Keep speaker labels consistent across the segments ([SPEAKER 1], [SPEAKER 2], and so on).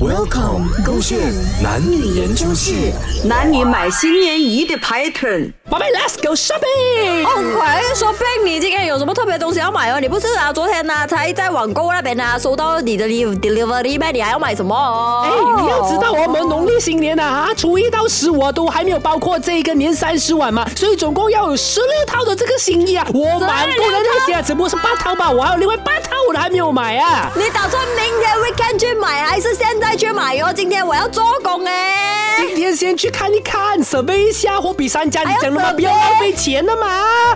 [SPEAKER 1] Welcome，勾线男女研究室。
[SPEAKER 2] 男女买新年仪的 pattern，
[SPEAKER 3] 宝贝，Let's go shopping！
[SPEAKER 4] 哦，快说 Bank，你今天有什么特别东西要买哦？你不是啊，昨天呢、才在网购那边呢、收到你的 deliv- delivery 咩？你还要买什么哦？
[SPEAKER 3] 哎、你要知道我们农历新年啊，啊初一到十五啊都还没有包括这个年三十晚嘛，所以总共要有十六套的这个新衣啊。我满购的那些啊，只不过是八套吧，我还有另外八套我都还没有买啊。
[SPEAKER 4] 你打算明天 weekend 去买，还是现在去买哟？今天我要做工哎、
[SPEAKER 3] 今天先去看一看，准备一下货比三家，你讲了嘛，
[SPEAKER 4] 还要
[SPEAKER 3] 不要
[SPEAKER 4] survey
[SPEAKER 3] 浪费钱了嘛。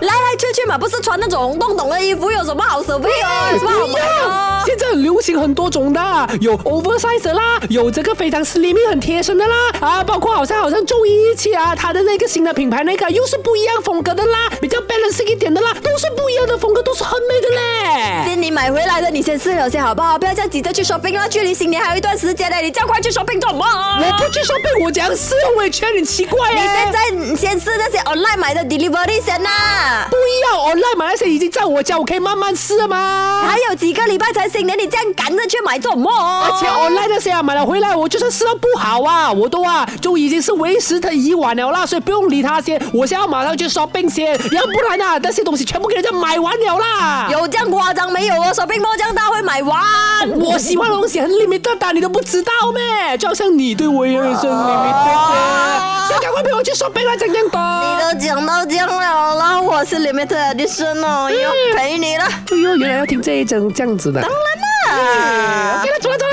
[SPEAKER 4] 来来去去嘛，不是穿那种洞洞的衣服，有什么好舍费哦？有什么好啊
[SPEAKER 3] 不
[SPEAKER 4] 买
[SPEAKER 3] 要！
[SPEAKER 4] 的？
[SPEAKER 3] 现在很流行很多种的，有 oversize 的啦，有这个非常 slim 很贴身的啦，啊，包括好像好像周一期啊，它的那个新的品牌那个又是不一样风格的啦，比较 balance 一点的啦，都是不一样的风格，都是很美的嘞。
[SPEAKER 4] 先你买回来的，你先试了先好不好？不要这样急着去 shopping 啦，距离新年还有一段时间呢，你这样快去 shopping 做什么啊？
[SPEAKER 3] 我不去 shopping，我讲是，我也觉得很奇怪欸耶。
[SPEAKER 4] 你现在先试那些 online 买的 delivery 先啊呐、
[SPEAKER 3] 不要 online 买那些已经在我家，我可以慢慢试了嘛。
[SPEAKER 4] 哎还有几个礼拜才新年，你这样赶着去买做什么？
[SPEAKER 3] 而且 online 那些啊，买了回来，我就算吃到不好啊，我都啊就已经是为时的已晚了啦，所以不用理他先，我先要马上去 shopping 先，要不然啊那些东西全部给人家买完了啦。
[SPEAKER 4] 有这样夸张没有哦？shopping mall 这样大会买完？
[SPEAKER 3] 我喜欢的东西很 limited 的、你都不知道咩？就好像你对我也很 limited
[SPEAKER 4] 哦
[SPEAKER 3] 的，所以赶快陪我去 shopping 啦，这样
[SPEAKER 4] 你
[SPEAKER 3] 的。
[SPEAKER 4] 都讲到这样了啦，我是 limited edition 哦，要陪你了。嗯
[SPEAKER 3] 哎呦，原来要听这一整这样子的。当然啦。OK 了，走了走了。